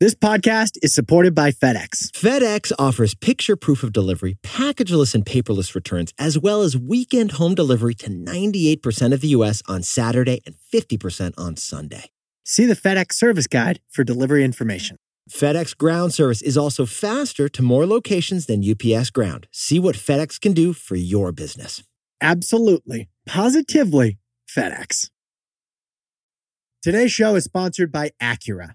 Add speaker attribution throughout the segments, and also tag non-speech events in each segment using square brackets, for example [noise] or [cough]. Speaker 1: This podcast is supported by FedEx.
Speaker 2: FedEx offers picture proof of delivery, packageless and paperless returns, as well as weekend home delivery to 98% of the U.S. on Saturday and 50% on Sunday.
Speaker 1: See the FedEx service guide for delivery information.
Speaker 2: FedEx Ground service is also faster to more locations than UPS Ground. See what FedEx can do for your business.
Speaker 1: Absolutely, positively, FedEx. Today's show is sponsored by Acura.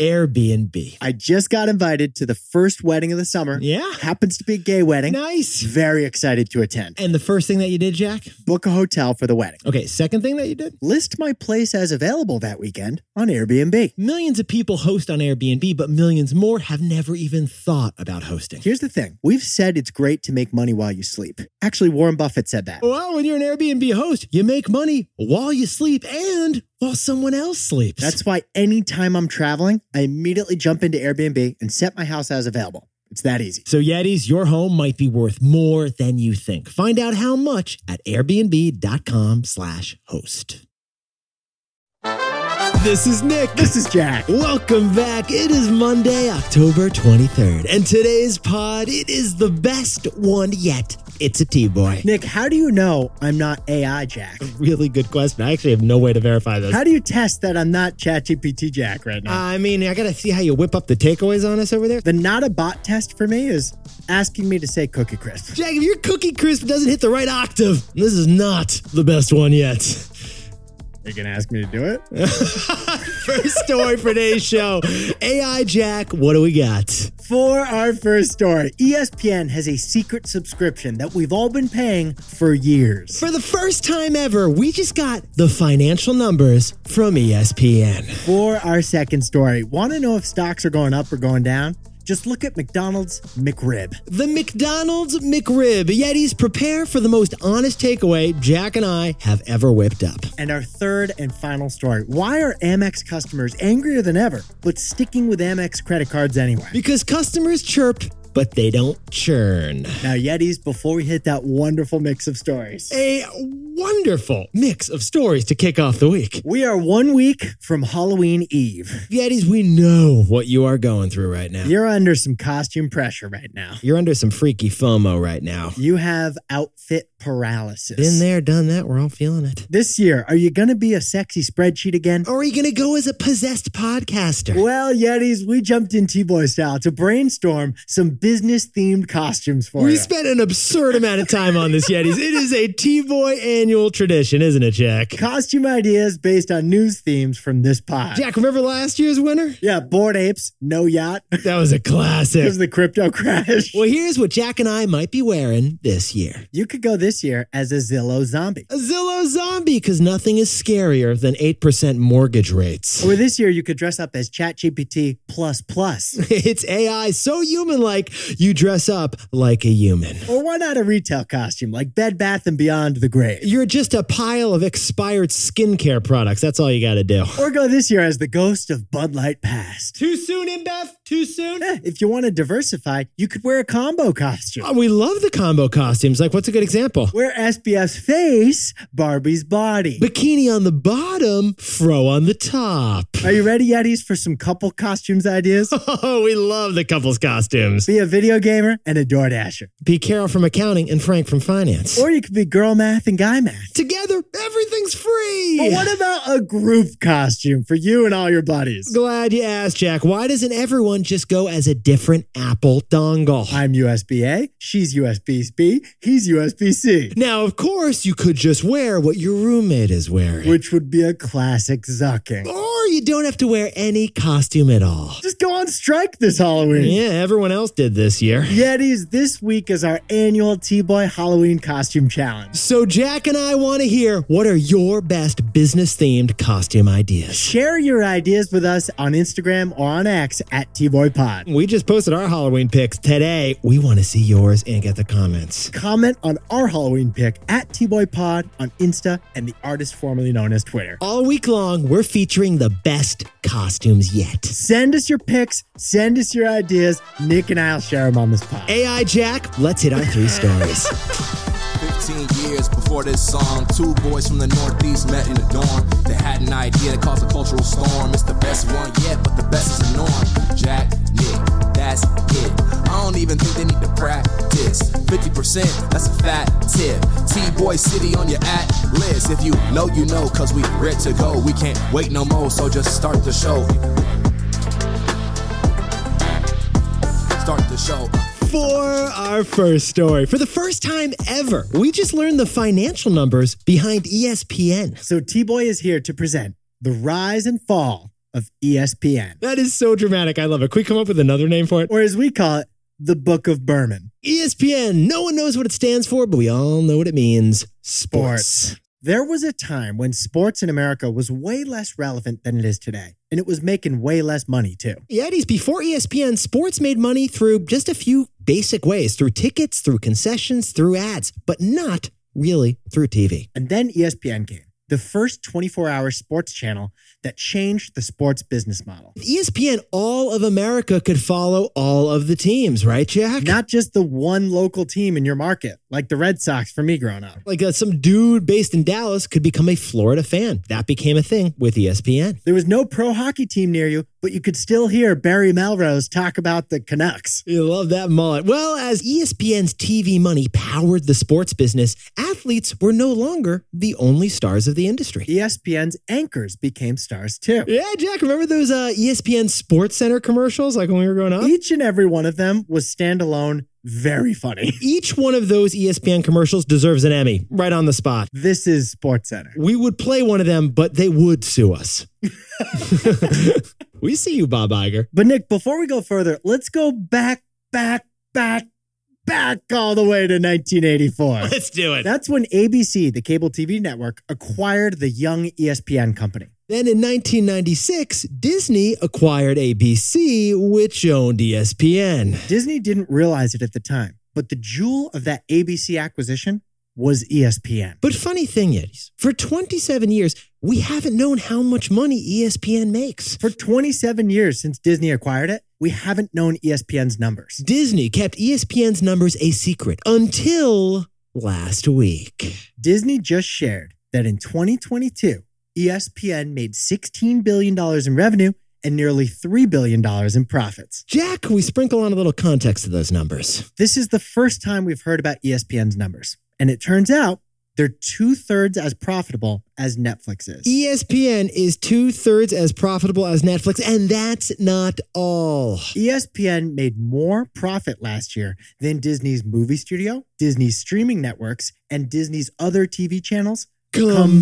Speaker 2: Airbnb.
Speaker 1: I just got invited to the first wedding of the summer.
Speaker 2: Yeah.
Speaker 1: Happens to be a gay wedding.
Speaker 2: Nice.
Speaker 1: Very excited to attend.
Speaker 2: And the first thing that you did, Jack?
Speaker 1: Book a hotel for the wedding.
Speaker 2: Okay, second thing that you did?
Speaker 1: List my place as available that weekend on Airbnb.
Speaker 2: Millions of people host on Airbnb, but millions more have never even thought about hosting.
Speaker 1: Here's the thing we've said it's great to make money while you sleep. Actually, Warren Buffett said that.
Speaker 2: Well, when you're an Airbnb host, you make money while you sleep and while someone else sleeps.
Speaker 1: That's why anytime I'm traveling, I immediately jump into Airbnb and set my house as available. It's that easy.
Speaker 2: So, Yetis, your home might be worth more than you think. Find out how much at airbnb.com/slash host. This is Nick.
Speaker 1: This is Jack.
Speaker 2: Welcome back. It is Monday, October 23rd, and today's pod, it is the best one yet. It's a T-boy.
Speaker 1: Nick, how do you know I'm not AI Jack?
Speaker 2: Really good question. I actually have no way to verify this.
Speaker 1: How do you test that I'm not ChatGPT Jack right now?
Speaker 2: I mean, I gotta see how you whip up the takeaways on us over there.
Speaker 1: the not a bot test for me is asking me to say Cookie Crisp.
Speaker 2: Jack, if your cookie crisp doesn't hit the right octave, this is not the best one yet. [laughs]
Speaker 1: You're going to ask me to do it?
Speaker 2: First story for today's show. AI Jack, what do we got?
Speaker 1: For our first story, E ESPN has a secret subscription that we've all been paying for years.
Speaker 2: For the first time ever, we just got the financial numbers from E ESPN.
Speaker 1: For our second story, want to know if stocks are going up or going down? Just look at McDonald's McRib.
Speaker 2: The McDonald's McRib. Yetis, prepare for the most honest takeaway Jack and I have ever whipped up.
Speaker 1: And our third and final story why are Amex customers angrier than ever, but sticking with Amex credit cards anyway?
Speaker 2: Because customers chirp, but they don't churn.
Speaker 1: Now, Yetis, before we hit that wonderful mix of stories,
Speaker 2: A wonderful mix of stories to kick off the week.
Speaker 1: we are one week from Halloween Eve.
Speaker 2: Yetis, we know what you are going through right now.
Speaker 1: You're under some costume pressure right now.
Speaker 2: You're under some freaky FOMO right now.
Speaker 1: You have outfit paralysis.
Speaker 2: Been there, done that. We're all feeling it.
Speaker 1: This year, are you going to be a sexy spreadsheet again?
Speaker 2: Or are you going to go as a possessed podcaster?
Speaker 1: Well, Yetis, we jumped in T-Boy style to brainstorm some business-themed costumes for
Speaker 2: We
Speaker 1: you.
Speaker 2: spent an absurd amount of time on this, Yetis. It is a T Boy annual tradition, isn't it, Jack?
Speaker 1: Costume ideas based on news themes from this pod.
Speaker 2: Jack, remember last year's winner?
Speaker 1: Yeah, bored apes, no yacht,
Speaker 2: That was a
Speaker 1: [laughs]
Speaker 2: classic.
Speaker 1: because of the crypto crash.
Speaker 2: Well, here's what Jack and I might be wearing this year
Speaker 1: You could go this year as a Zillow zombie.
Speaker 2: a Zillow zombie, because nothing is scarier than 8% mortgage rates. [laughs]
Speaker 1: Or this year, you could dress up as ChatGPT plus
Speaker 2: [laughs]
Speaker 1: plus.
Speaker 2: It's AI so human like, you dress up like a human.
Speaker 1: Or why not a retail costume like Bed Bath and Beyond the Grave?
Speaker 2: You're just a pile of expired skincare products. That's all you got to do.
Speaker 1: Or go this year as the ghost of Bud Light Past.
Speaker 2: Too soon, InBev? Too soon?
Speaker 1: Eh, [laughs] If you want to diversify, you could wear a combo costume.
Speaker 2: Oh, we love the combo costumes. Like, what's a good example?
Speaker 1: Wear SBF's face, Barbie's body.
Speaker 2: Bikini on the bottom, fro on the top.
Speaker 1: Are you ready, Yetis, for some couple costumes ideas?
Speaker 2: [laughs] Oh, we love the couple's costumes.
Speaker 1: Be a video gamer and a door dasher.
Speaker 2: Be Carol from accounting and Frank from finance.
Speaker 1: Or you could be girl math and guy math.
Speaker 2: Together, everything's free.
Speaker 1: But
Speaker 2: [laughs]
Speaker 1: what about a group costume for you and all your buddies?
Speaker 2: Glad you asked, Jack. Why doesn't everyone just go as a different Apple dongle?
Speaker 1: I'm USB A, she's USB B, he's USB C,
Speaker 2: [laughs] now, of course, you could just wear what your roommate is wearing.
Speaker 1: which would be a classic zucking.
Speaker 2: Or you don't have to wear any costume at all.
Speaker 1: Just go on strike this Halloween.
Speaker 2: Yeah, everyone else did this year.
Speaker 1: Yetis, this week is our annual T Boy Halloween costume challenge.
Speaker 2: So, Jack and I want to hear what are your best business themed costume ideas?
Speaker 1: Share your ideas with us on Instagram or on X at T Boy Pod.
Speaker 2: We just posted our Halloween picks today. We want to see yours and get the comments.
Speaker 1: Comment on our Halloween pick at T Boy Pod on Insta and the artist formerly known as Twitter.
Speaker 2: All week long, we're featuring the best costumes yet.
Speaker 1: Send us your picks, send us your ideas. Nick and I'll share them on this pod.
Speaker 2: AI Jack, let's hit our three stories.
Speaker 3: 15 years before this song, two boys from the Northeast met in a dorm. They had an idea that caused a cultural storm. It's the best one yet, but the best is the norm. Jack, Nick, that's it. I don't even think they need to practice. 50%, that's a fat tip. T-Boy City on your at list. If you know, you know, cause we ready to go. We can't wait no more, so just start the show. Start the show.
Speaker 2: For our first story, for the first time ever, we just learned the financial numbers behind E ESPN.
Speaker 1: So T Boy is here to present the rise and fall of E ESPN,
Speaker 2: That is so dramatic. I love it. Can we come up with another name for it? E
Speaker 1: or as we call it, the Book of Berman.
Speaker 2: ESPN. No one knows what it stands for, but we all know what it means. Sports.
Speaker 1: There was a time when sports in America was way less relevant than it is today, and it was making way less money too.
Speaker 2: Yetis, before E ESPN, sports made money through just a few basic ways through tickets, through concessions, through ads, but not really through TV.
Speaker 1: And then E ESPN came, the first 24 hour sports channel that changed the sports business model.
Speaker 2: If ESPN, all of America could follow all of the teams, right, Jack?
Speaker 1: Not just the one local team in your market, like the Red Sox for me growing up.
Speaker 2: like uh, some dude based in Dallas could become a Florida fan. That became a thing with E ESPN.
Speaker 1: There was no pro hockey team near you, but you could still hear Barry Melrose talk about the Canucks.
Speaker 2: You love that mullet. Well, as E ESPN's TV money powered the sports business, athletes were no longer the only stars of the industry.
Speaker 1: E ESPN's anchors became stars too.
Speaker 2: Yeah, Jack, remember those uh, ESPN Sports Center commercials like when we were growing up?
Speaker 1: Each and every one of them was standalone, very funny. [laughs]
Speaker 2: Each one of those E ESPN commercials deserves an Emmy right on the spot.
Speaker 1: This is Sports Center.
Speaker 2: We would play one of them, but they would sue [laughs] us. we see you, Bob Iger.
Speaker 1: But Nick, before we go further, let's go back, back, back, back all the way to 1984.
Speaker 2: Let's do it.
Speaker 1: That's when ABC, the cable TV network, acquired the young E ESPN company.
Speaker 2: Then in 1996, Disney acquired ABC, which owned E ESPN.
Speaker 1: Disney didn't realize it at the time, but the jewel of that ABC acquisition was E ESPN.
Speaker 2: But funny thing is, for 27 years, we haven't known how much money E ESPN makes.
Speaker 1: For 27 years since Disney acquired it, we haven't known E ESPN's numbers.
Speaker 2: Disney kept E ESPN's numbers a secret until last week.
Speaker 1: Disney just shared that in E 2022, ESPN made $16 billion in revenue and nearly $3 billion in profits.
Speaker 2: Jack, we sprinkle on a little context to those numbers.
Speaker 1: This is the first time we've heard about E ESPN's numbers. And it turns out they're two thirds as profitable as Netflix is.
Speaker 2: E ESPN is two thirds as profitable as Netflix, and that's not all.
Speaker 1: E ESPN made more profit last year than Disney's movie studio, Disney's streaming networks, and Disney's other TV channels.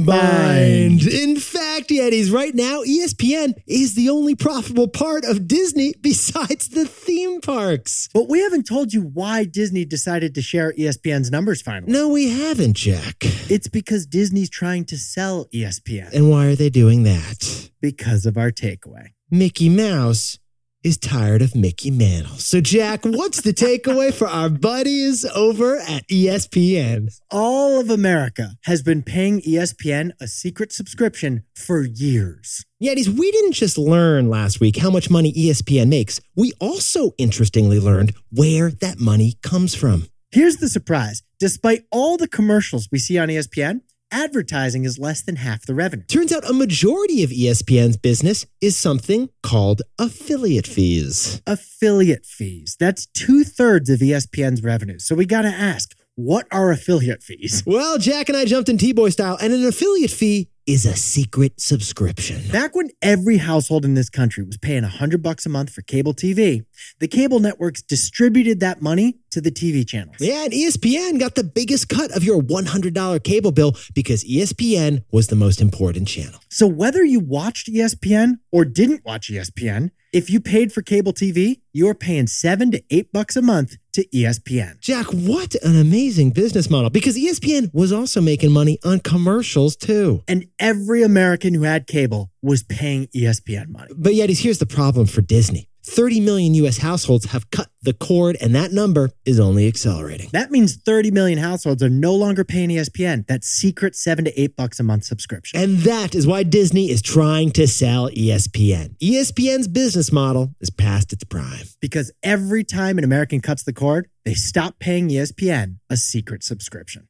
Speaker 1: Combined.
Speaker 2: In fact, Yetis, right now, E ESPN is the only profitable part of Disney [laughs] besides the theme parks.
Speaker 1: But we haven't told you why Disney decided to share E ESPN's numbers finally.
Speaker 2: No, we haven't, Jack.
Speaker 1: It's because Disney's trying to sell E ESPN
Speaker 2: And why are they doing that?
Speaker 1: because of our takeaway.
Speaker 2: Mickey Mouse is tired of Mickey Mantle. So, Jack, what's the takeaway for our buddies over at E ESPN?
Speaker 1: All of America has been paying E ESPN a secret subscription for years.
Speaker 2: Yetis, we didn't just learn last week how much money E ESPN makes. We also interestingly learned where that money comes from.
Speaker 1: Here's the surprise despite all the commercials we see on E ESPN, advertising is less than half the revenue.
Speaker 2: Turns out a majority of E ESPN's business is something called affiliate fees.
Speaker 1: E affiliate fees. That's two thirds of ESPN's revenue. So we got to ask, what are affiliate fees?
Speaker 2: Well, Jack and I jumped in T Boy style, and an affiliate fee is a secret subscription.
Speaker 1: Back when every household in this country was paying 100 bucks a month for cable TV, the cable networks distributed that money to the TV channels.
Speaker 2: Yeah, and E ESPN got the biggest cut of your $100 cable bill because E ESPN was the most important channel.
Speaker 1: So whether you watched E ESPN or didn't watch E ESPN, if you paid for cable TV, you are paying 7 to 8 bucks a month to E ESPN.
Speaker 2: Jack, what an amazing business model because E ESPN was also making money on commercials too.
Speaker 1: And every American who had cable was paying E ESPN money.
Speaker 2: But yet, here's the problem for Disney 30 million US households have cut the cord, and that number is only accelerating.
Speaker 1: That means 30 million households are no longer paying E ESPN that secret 7 to 8 bucks a month subscription.
Speaker 2: And that is why Disney is trying to sell E ESPN. ESPN's business model is past its prime.
Speaker 1: because every time an American cuts the cord, they stop paying E ESPN a secret subscription.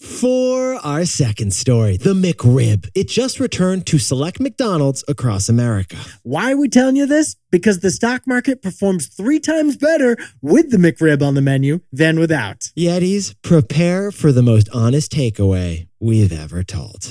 Speaker 2: For our second story, the McRib. It just returned to select McDonald's across America.
Speaker 1: Why are we telling you this? Because the stock market performs three times better with the McRib on the menu than without.
Speaker 2: Yetis, prepare for the most honest takeaway we've ever told.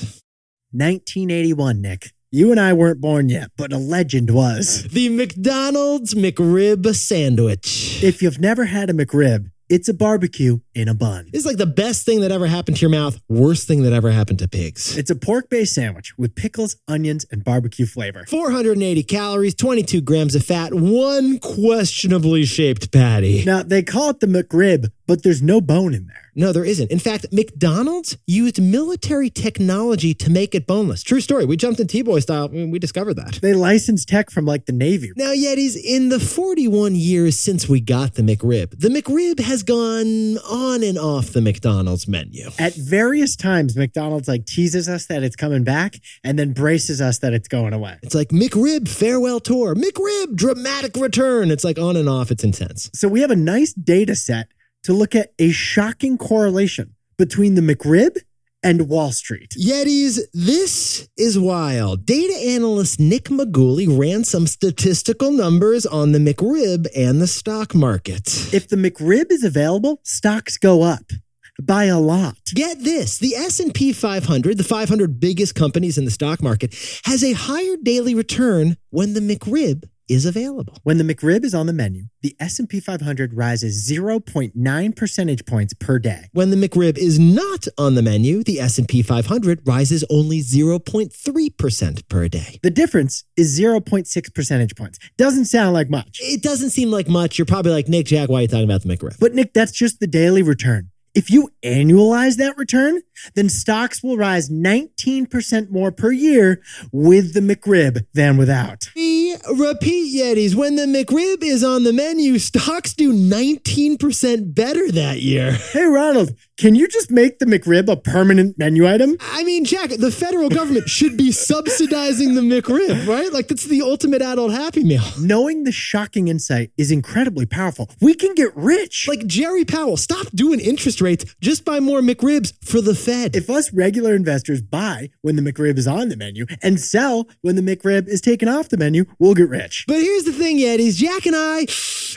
Speaker 1: 1981, Nick. You and I weren't born yet, but a legend was.
Speaker 2: The McDonald's McRib sandwich.
Speaker 1: If you've never had a McRib, it's a barbecue in a bun.
Speaker 2: It's like the best thing that ever happened to your mouth, worst thing that ever happened to pigs.
Speaker 1: It's a pork based sandwich with pickles, onions, and barbecue flavor.
Speaker 2: 480 calories, 22 grams of fat, one questionably shaped patty.
Speaker 1: Now, they call it the McRib, but there's no bone in there.
Speaker 2: No, there isn't. In fact, McDonald's used military technology to make it boneless. True story. We jumped in T Boy style and we discovered that.
Speaker 1: They license tech from like the Navy.
Speaker 2: Now, Yetis, in the 41 years since we got the McRib, the McRib has gone on and off the McDonald's menu.
Speaker 1: At various times, McDonald's like teases us that it's coming back and then braces us that it's going away.
Speaker 2: It's like McRib farewell tour, McRib dramatic return. It's like on and off. It's intense.
Speaker 1: So we have a nice data set to look at a shocking correlation between the McRib and Wall Street.
Speaker 2: Yetis, this is wild. Data analyst Nick Maguli ran some statistical numbers on the McRib and the stock market.
Speaker 1: If the McRib is available, stocks go up by a lot.
Speaker 2: Get this, the S&P 500, the 500 biggest companies in the stock market, has a higher daily return when the McRib is available.
Speaker 1: When the McRib is on the menu, the S&P 500 rises 0.9 percentage points per day.
Speaker 2: When the McRib is not on the menu, the S&P 500 rises only 0.3% per day.
Speaker 1: The difference is 0.6 percentage points. Doesn't sound like much.
Speaker 2: It doesn't seem like much. You're probably like, Nick Jack, why are you talking about the McRib?
Speaker 1: But Nick, that's just the daily return. If you annualize that return, then stocks will rise 19% more per year with the McRib than without.
Speaker 2: We repeat, Yetis, when the McRib is on the menu, stocks do 19% better that year.
Speaker 1: Hey, Ronald, can you just make the McRib a permanent menu item?
Speaker 2: I mean, Jack, the federal government should be subsidizing the McRib, right? Like, that's the ultimate adult Happy Meal.
Speaker 1: Knowing this shocking insight is incredibly powerful. We can get rich.
Speaker 2: Like, Jerry Powell, stop doing interest rates. Just buy more McRibs for the Fed.
Speaker 1: if us regular investors buy when the McRib is on the menu and sell when the McRib is taken off the menu, we'll get rich.
Speaker 2: but here's the thing, Yetis Jack and I,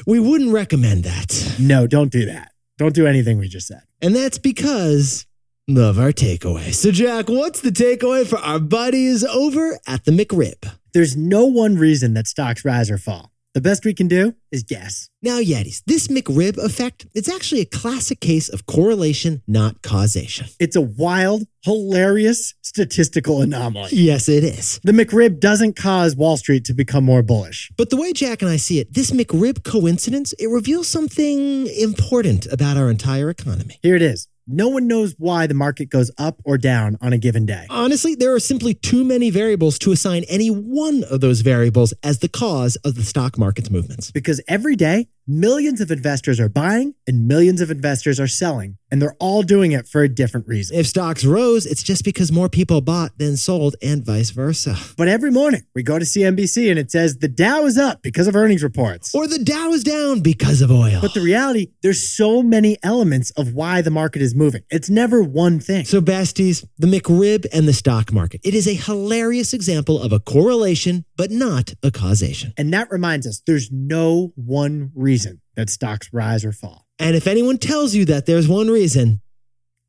Speaker 2: we wouldn't recommend that.
Speaker 1: No, don't do that. Don't do anything we just said.
Speaker 2: And that's because of our takeaway. So, Jack, what's the takeaway for our buddies over at the McRib?
Speaker 1: There's no one reason that stocks rise or fall. The best we can do is guess.
Speaker 2: Now, Yetis, this McRib effect, it's actually a classic case of correlation, not causation.
Speaker 1: It's a wild, hilarious statistical anomaly.
Speaker 2: Yes, it is.
Speaker 1: The McRib doesn't cause Wall Street to become more bullish.
Speaker 2: But the way Jack and I see it, this McRib coincidence, it reveals something important about our entire economy.
Speaker 1: Here it is. No one knows why the market goes up or down on a given day.
Speaker 2: Honestly, there are simply too many variables to assign any one of those variables as the cause of the stock market's movements.
Speaker 1: Because every day, millions of investors are buying and millions of investors are selling, and they're all doing it for a different reason.
Speaker 2: If stocks rose, it's just because more people bought than sold, and vice versa.
Speaker 1: But every morning, we go to CNBC and it says the Dow is up because of earnings reports.
Speaker 2: Or the Dow is down because of oil.
Speaker 1: But the reality, there's so many elements of why the market is moving. It's never one thing.
Speaker 2: So, besties, the McRib and the stock market. It is a hilarious example of a correlation, but not a causation.
Speaker 1: and that reminds us, there's no one reason that stocks rise or fall.
Speaker 2: And if anyone tells you that there's one reason,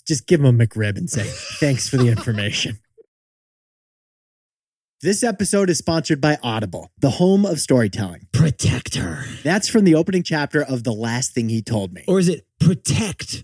Speaker 1: Just give them a McRib and say, thanks for the information. This episode is sponsored by Audible, the home of storytelling.
Speaker 2: protect her.
Speaker 1: That's from the opening chapter of The Last Thing He Told Me.
Speaker 2: Or is it protect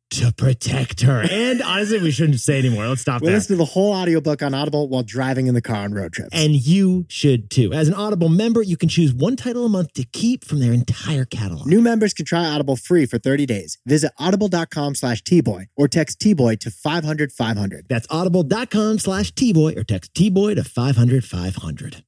Speaker 2: to protect her. And honestly, we shouldn't say anymore. Let's stop
Speaker 1: We
Speaker 2: there.
Speaker 1: listen to the whole audiobook on Audible while driving in the car on road trips.
Speaker 2: And you should too. As an Audible member, you can choose one title a month to keep from their entire catalog.
Speaker 1: New members can try Audible free for 30 days. Visit audible.com slash tboy or text tboy to 500 500.
Speaker 2: That's audible.com slash tboy or text tboy to 500 500.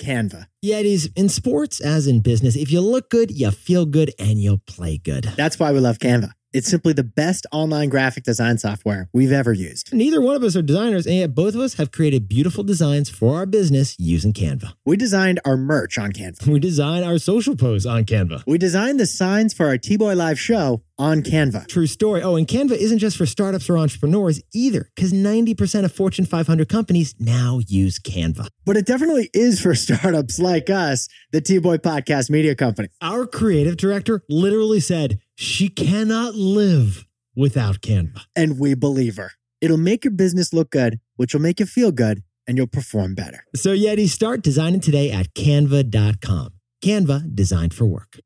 Speaker 1: Canva.
Speaker 2: Yetis, in sports as in business, if you look good, you feel good, and you'll play good.
Speaker 1: That's why we love Canva. It's simply the best online graphic design software we've ever used.
Speaker 2: Neither one of us are designers, and yet both of us have created beautiful designs for our business using Canva. [laughs]
Speaker 1: We designed our merch on Canva.
Speaker 2: We design our social posts on Canva.
Speaker 1: We designed the signs for our T-Boy Live show on Canva.
Speaker 2: True story. Oh, and Canva isn't just for startups or entrepreneurs either, because 90% of Fortune 500 companies now use Canva.
Speaker 1: But it definitely is for [laughs] startups like us, the T-Boy Podcast Media Company.
Speaker 2: Our creative director literally said she cannot live without Canva.
Speaker 1: And we believe her. It'll make your business look good, which will make you feel good, and you'll perform better.
Speaker 2: So, Yeti, start designing today at canva.com. Canva, designed for work.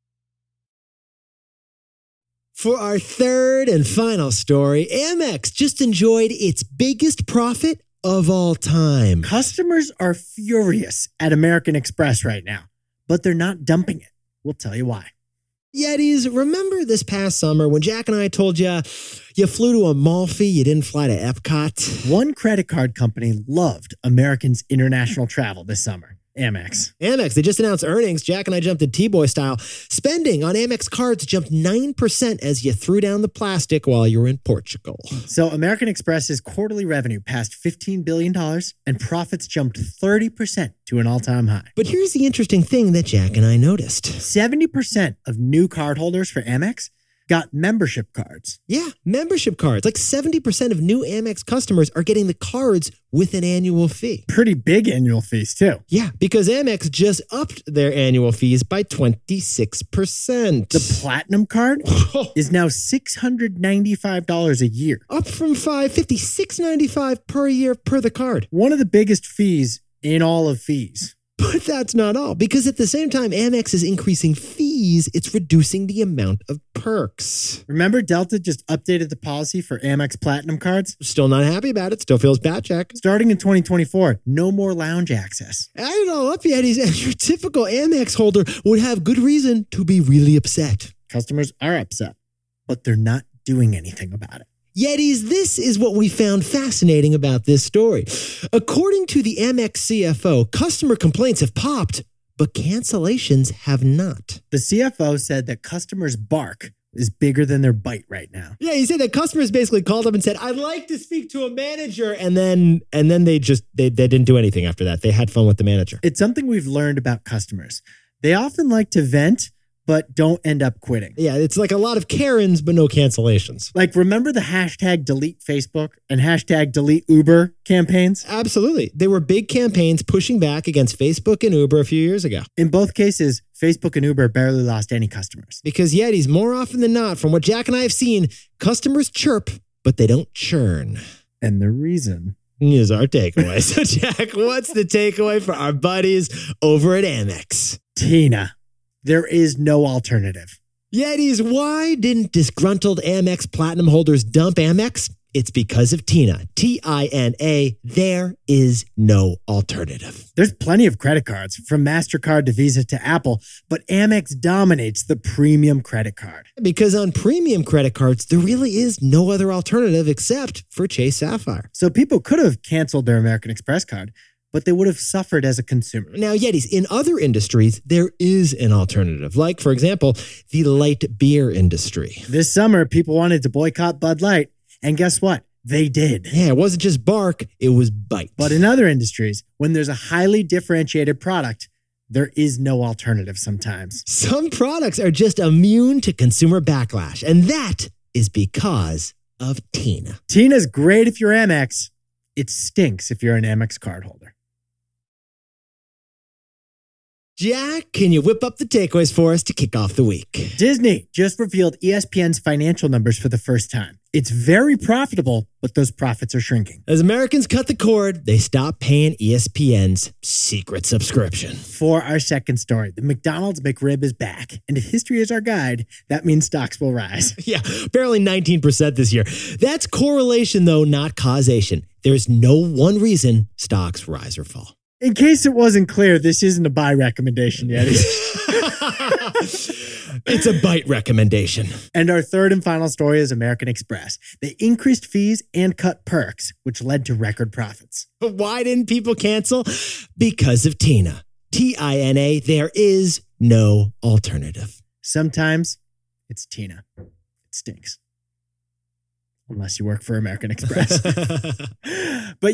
Speaker 2: For our third and final story, Amex just enjoyed its biggest profit of all time.
Speaker 1: Customers are furious at American Express right now, but they're not dumping it. We'll tell you why.
Speaker 2: Yetis, remember this past summer when Jack and I told you you flew to Amalfi, you didn't fly to Epcot?
Speaker 1: One credit card company loved Americans' international travel this summer Amex.
Speaker 2: Amex, they just announced earnings. Jack and I jumped in T Boy style. Spending on Amex cards jumped 9% as you threw down the plastic while you were in Portugal.
Speaker 1: So, American Express's quarterly revenue passed $15 billion and profits jumped 30% to an all time high.
Speaker 2: But here's the interesting thing that Jack and I noticed
Speaker 1: 70% of new cardholders for Amex got membership cards.
Speaker 2: yeah, membership cards. Like 70% of new Amex customers are getting the cards with an annual fee.
Speaker 1: Pretty big annual fees, too.
Speaker 2: Yeah, because Amex just upped their annual fees by 26%.
Speaker 1: The Platinum card
Speaker 2: Whoa.
Speaker 1: is now $695 a year.
Speaker 2: [laughs] up from 550 695 per year per the card
Speaker 1: one of the biggest fees in all of fees.
Speaker 2: but that's not all because at the same time amex is increasing fees it's reducing the amount of perks
Speaker 1: Remember, Delta just updated the policy for Amex Platinum cards?
Speaker 2: still not happy about it still feels bad check
Speaker 1: Starting in 2024, no more lounge access.
Speaker 2: add it all up yetis and your typical amex holder would have good reason to be really upset
Speaker 1: Customers are upset, but they're not doing anything about it.
Speaker 2: Yetis, this is what we found fascinating about this story. According to the Amex CFO, customer complaints have popped, but cancellations have not.
Speaker 1: The CFO said that customers' bark is bigger than their bite right now.
Speaker 2: Yeah, he said that customers basically called up and said, "I'd like to speak to a manager," and then and then they just they they didn't do anything after that. They had fun with the manager.
Speaker 1: It's something we've learned about customers. They often like to vent, but don't end up quitting.
Speaker 2: Yeah, it's like a lot of Karens but no cancellations.
Speaker 1: Like, remember the hashtag delete Facebook and hashtag delete Uber campaigns?
Speaker 2: Absolutely, they were big campaigns pushing back against Facebook and Uber a few years ago
Speaker 1: In both cases, Facebook and Uber barely lost any customers.
Speaker 2: because Yetis more often than not, from what Jack and I have seen, customers chirp but they don't churn.
Speaker 1: And the reason
Speaker 2: Is our takeaway. [laughs] so Jack, what's the takeaway for our buddies over at Amex?
Speaker 1: Tina, there is no alternative.
Speaker 2: Yetis, why didn't disgruntled Amex Platinum holders dump Amex? It's because of Tina. T I N A. There is no alternative.
Speaker 1: There's plenty of credit cards from MasterCard to Visa to Apple, but Amex dominates the premium credit card.
Speaker 2: Because on premium credit cards, there really is no other alternative except for Chase Sapphire.
Speaker 1: So people could have canceled their American Express card, but they would have suffered as a consumer.
Speaker 2: Now, Yetis, in other industries, there is an alternative, like, for example, the light beer industry.
Speaker 1: This summer, people wanted to boycott Bud Light, and guess what? They did.
Speaker 2: Yeah, it wasn't just bark, it was bite.
Speaker 1: But in other industries, when there's a highly differentiated product, there is no alternative sometimes.
Speaker 2: Some products are just immune to consumer backlash, and that is because of Tina.
Speaker 1: Tina's great if you're Amex. It stinks if you're an Amex cardholder.
Speaker 2: Jack, can you whip up the takeaways for us to kick off the week?
Speaker 1: Disney just revealed E ESPN's financial numbers for the first time. It's very profitable, but those profits are shrinking.
Speaker 2: As Americans cut the cord, they stop paying E ESPN's secret subscription. [laughs]
Speaker 1: For our second story, the McDonald's McRib is back. And if history is our guide, that means stocks will rise.
Speaker 2: Yeah, barely 19% this year. That's correlation, though, not causation. There's no one reason stocks rise or fall. [laughs]
Speaker 1: In case it wasn't clear, this isn't a buy recommendation, Yeti.
Speaker 2: It's a bite recommendation.
Speaker 1: And our third and final story is American Express. They increased fees and cut perks, which led to record profits.
Speaker 2: Why didn't people cancel? Because of Tina. T I N A, there is no alternative. [laughs]
Speaker 1: Sometimes it's Tina. It stinks. Unless you work for American Express.
Speaker 2: [laughs]
Speaker 1: but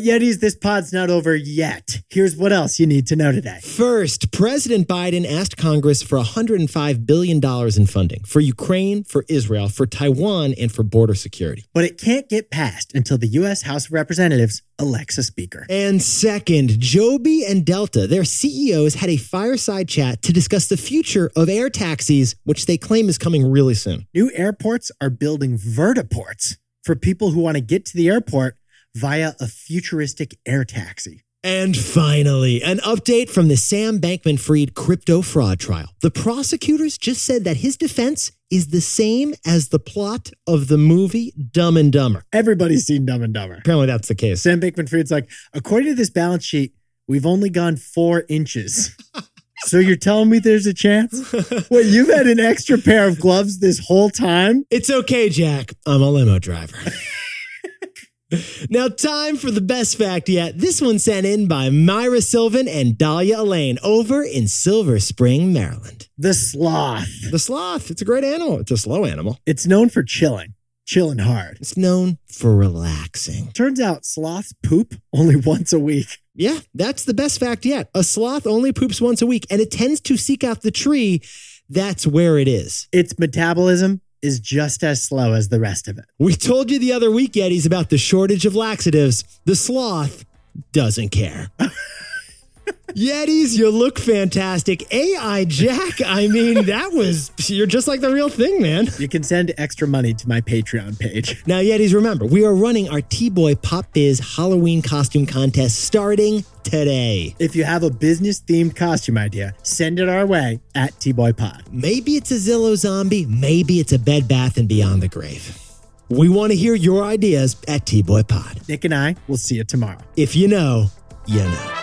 Speaker 1: Yetis, this pod's not over yet. Here's what else you need to know today.
Speaker 2: First, President Biden asked Congress for $105 billion in funding for Ukraine, for Israel, for Taiwan, and for border security.
Speaker 1: But it can't get passed until the U.S. House of Representatives elects a speaker.
Speaker 2: And second, Joby and Delta, their CEOs had a fireside chat to discuss the future of air taxis, which they claim is coming really soon.
Speaker 1: New airports are building vertiports for people who want to get to the airport via a futuristic air taxi.
Speaker 2: And finally, an update from the Sam Bankman Fried crypto fraud trial. The prosecutors just said that his defense is the same as the plot of the movie Dumb and Dumber.
Speaker 1: Everybody's seen Dumb and Dumber.
Speaker 2: Apparently, that's the case.
Speaker 1: Sam Bankman Fried's like, according to this balance sheet, we've only gone four inches. so you're telling me there's a chance? Wait, you've had an extra pair of gloves this whole time?
Speaker 2: It's okay, Jack. I'm a limo [laughs] driver. now, time for the best fact yet. This one sent in by Myra Sylvan and Dahlia Elaine over in Silver Spring, Maryland.
Speaker 1: The sloth.
Speaker 2: The sloth, it's a great animal. It's a slow animal.
Speaker 1: It's known for chilling, chilling hard.
Speaker 2: It's known for relaxing.
Speaker 1: Turns out sloths poop only once a week.
Speaker 2: Yeah, that's the best fact yet. A sloth only poops once a week and it tends to seek out the tree. That's where it is.
Speaker 1: Its metabolism is just as slow as the rest of it.
Speaker 2: We told you the other week, Yetis, about the shortage of laxatives. The sloth doesn't care. [laughs] Yetis, you look fantastic. AI Jack, I mean, that was, you're just like the real thing, man.
Speaker 1: You can send extra money to my Patreon page.
Speaker 2: Now, Yetis, remember, we are running our T Boy Pop Biz Halloween costume contest starting today.
Speaker 1: If you have a business themed costume idea, send it our way at tboypod.
Speaker 2: Maybe it's a Zillow zombie, maybe it's a Bed Bath and Beyond the Grave. We want to hear your ideas at T Boy Pod.
Speaker 1: Nick and I will see you tomorrow.
Speaker 2: If you know, you know.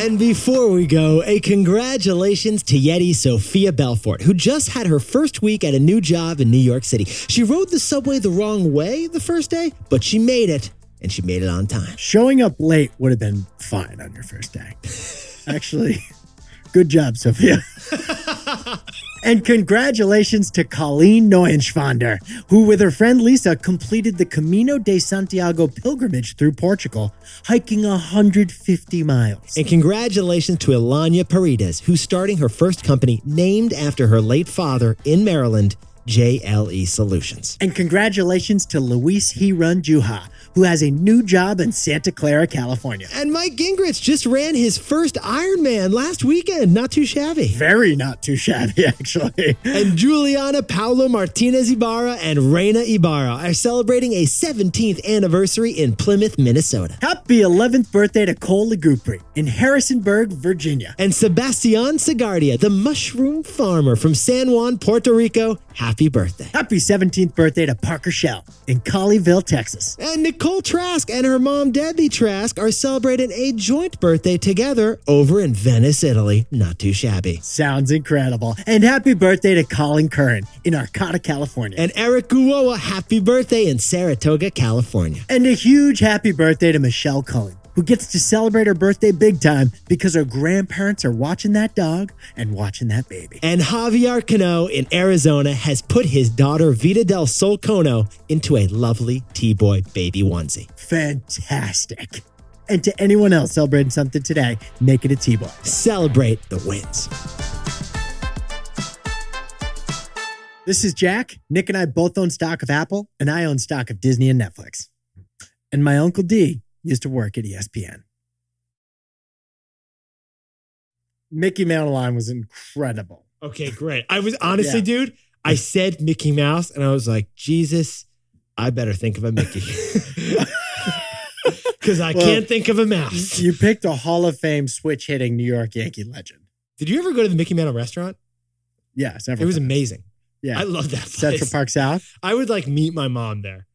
Speaker 2: And before we go, a congratulations to Yeti Sophia Belfort, who just had her first week at a new job in New York City. She rode the subway the wrong way the first day, but she made it, and she made it on time.
Speaker 1: Showing up late would have been fine on your first day. Actually, good job, Sophia. and congratulations to Colleen Neuenschwander, who, with her friend Lisa, completed the Camino de Santiago pilgrimage through Portugal, hiking 150 miles.
Speaker 2: And congratulations to Elanya Paredes, who's starting her first company named after her late father in Maryland, JLE Solutions.
Speaker 1: And congratulations to Luis Hirun Juha, who has a new job in Santa Clara, California.
Speaker 2: And Mike Gingrich just ran his first Ironman last weekend. Not too shabby.
Speaker 1: Very not too shabby, [laughs] actually.
Speaker 2: And Juliana Paulo Martinez Ibarra and Reina Ibarra are celebrating a 17th anniversary in Plymouth, Minnesota.
Speaker 1: Happy 11th birthday to Cole Legupri in Harrisonburg, Virginia.
Speaker 2: And Sebastian Segardia, the mushroom farmer from San Juan, Puerto Rico, happy birthday.
Speaker 1: Happy 17th birthday to Parker Shell in Colleyville, Texas.
Speaker 2: And Nicole Trask and her mom, Debbie Trask, are celebrating a joint birthday together over in Venice, Italy. Not too shabby.
Speaker 1: Sounds incredible. And happy birthday to Colin Curran in Arcata, California.
Speaker 2: And Eric Guoa, happy birthday in Saratoga, California.
Speaker 1: And a huge happy birthday to Michelle Cullen, who gets to celebrate her birthday big time because her grandparents are watching that dog and watching that baby.
Speaker 2: And Javier Cano in Arizona has put his daughter Vita del Sol Cono into a lovely T boy baby onesie.
Speaker 1: Fantastic. and to anyone else celebrating something today, make it a T-Boy.
Speaker 2: Celebrate the wins.
Speaker 1: This is Jack. Nick and I both own stock of Apple, and I own stock of Disney and Netflix. And my Uncle D used to work at E ESPN. Mickey Mantaline was incredible.
Speaker 2: Okay, great. I was honestly,
Speaker 1: Yeah.
Speaker 2: dude, I said Mickey Mouse and I was like, Jesus, I better think of
Speaker 1: [laughs]
Speaker 2: a Mickey. [laughs] Because I
Speaker 1: Well-
Speaker 2: can't think of a mouse.
Speaker 1: You picked a Hall of Fame switch hitting New York Yankee legend.
Speaker 2: Did you ever go to the Mickey Mantle restaurant?
Speaker 1: Yeah, several
Speaker 2: It was
Speaker 1: times.
Speaker 2: amazing.
Speaker 1: yeah.
Speaker 2: I love that place.
Speaker 1: Central Park South.
Speaker 2: I would like meet my mom
Speaker 1: [laughs]
Speaker 2: there.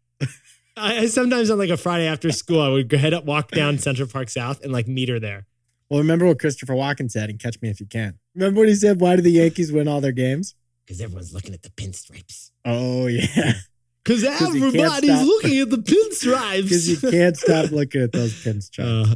Speaker 2: I, I sometimes on like a Friday after school, I would go head up, walk down Central Park South, and like meet her there.
Speaker 1: Well, remember what Christopher Walken said and catch me if you can. Remember when he said, Why do the Yankees win all their games?
Speaker 2: Because everyone's looking at the pinstripes.
Speaker 1: Oh, yeah.
Speaker 2: Because
Speaker 1: you can't
Speaker 2: everybody's
Speaker 1: stop.
Speaker 2: looking at
Speaker 1: [laughs]
Speaker 2: the
Speaker 1: Because you
Speaker 2: pinstripes.
Speaker 1: can't stop looking at those pinstripes.
Speaker 2: Uh,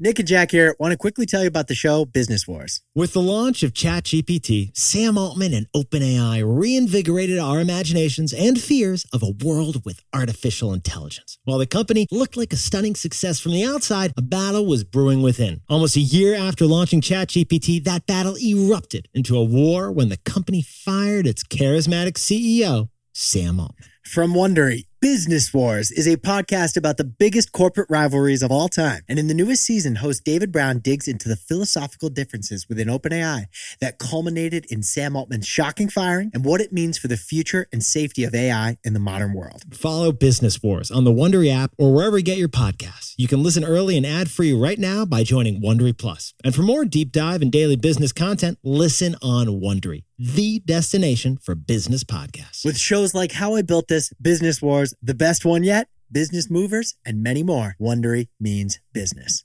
Speaker 1: Nick and Jack here want to quickly tell you about the show Business Wars.
Speaker 2: With the launch of ChatGPT, Sam Altman and OpenAI reinvigorated our imaginations and fears of a world with artificial intelligence. While the company looked like a stunning success from the outside, a battle was brewing within. Almost a year after launching ChatGPT, that battle erupted into a war when the company fired its charismatic CEO, Sam Altman.
Speaker 1: From Wondery, Business Wars is a podcast about the biggest corporate rivalries of all time. And in the newest season, host David Brown digs into the philosophical differences within OpenAI that culminated in Sam Altman's shocking firing and what it means for the future and safety of AI in the modern world.
Speaker 2: Follow Business Wars on the Wondery app or wherever you get your podcasts. You can listen early and ad-free right now by joining Wondery Plus. And for more deep dive and daily business content, listen on Wondery, the destination for business podcasts.
Speaker 1: With shows like How I Built This, Business Wars, The Best One Yet, Business Movers, and many more, Wondery means business.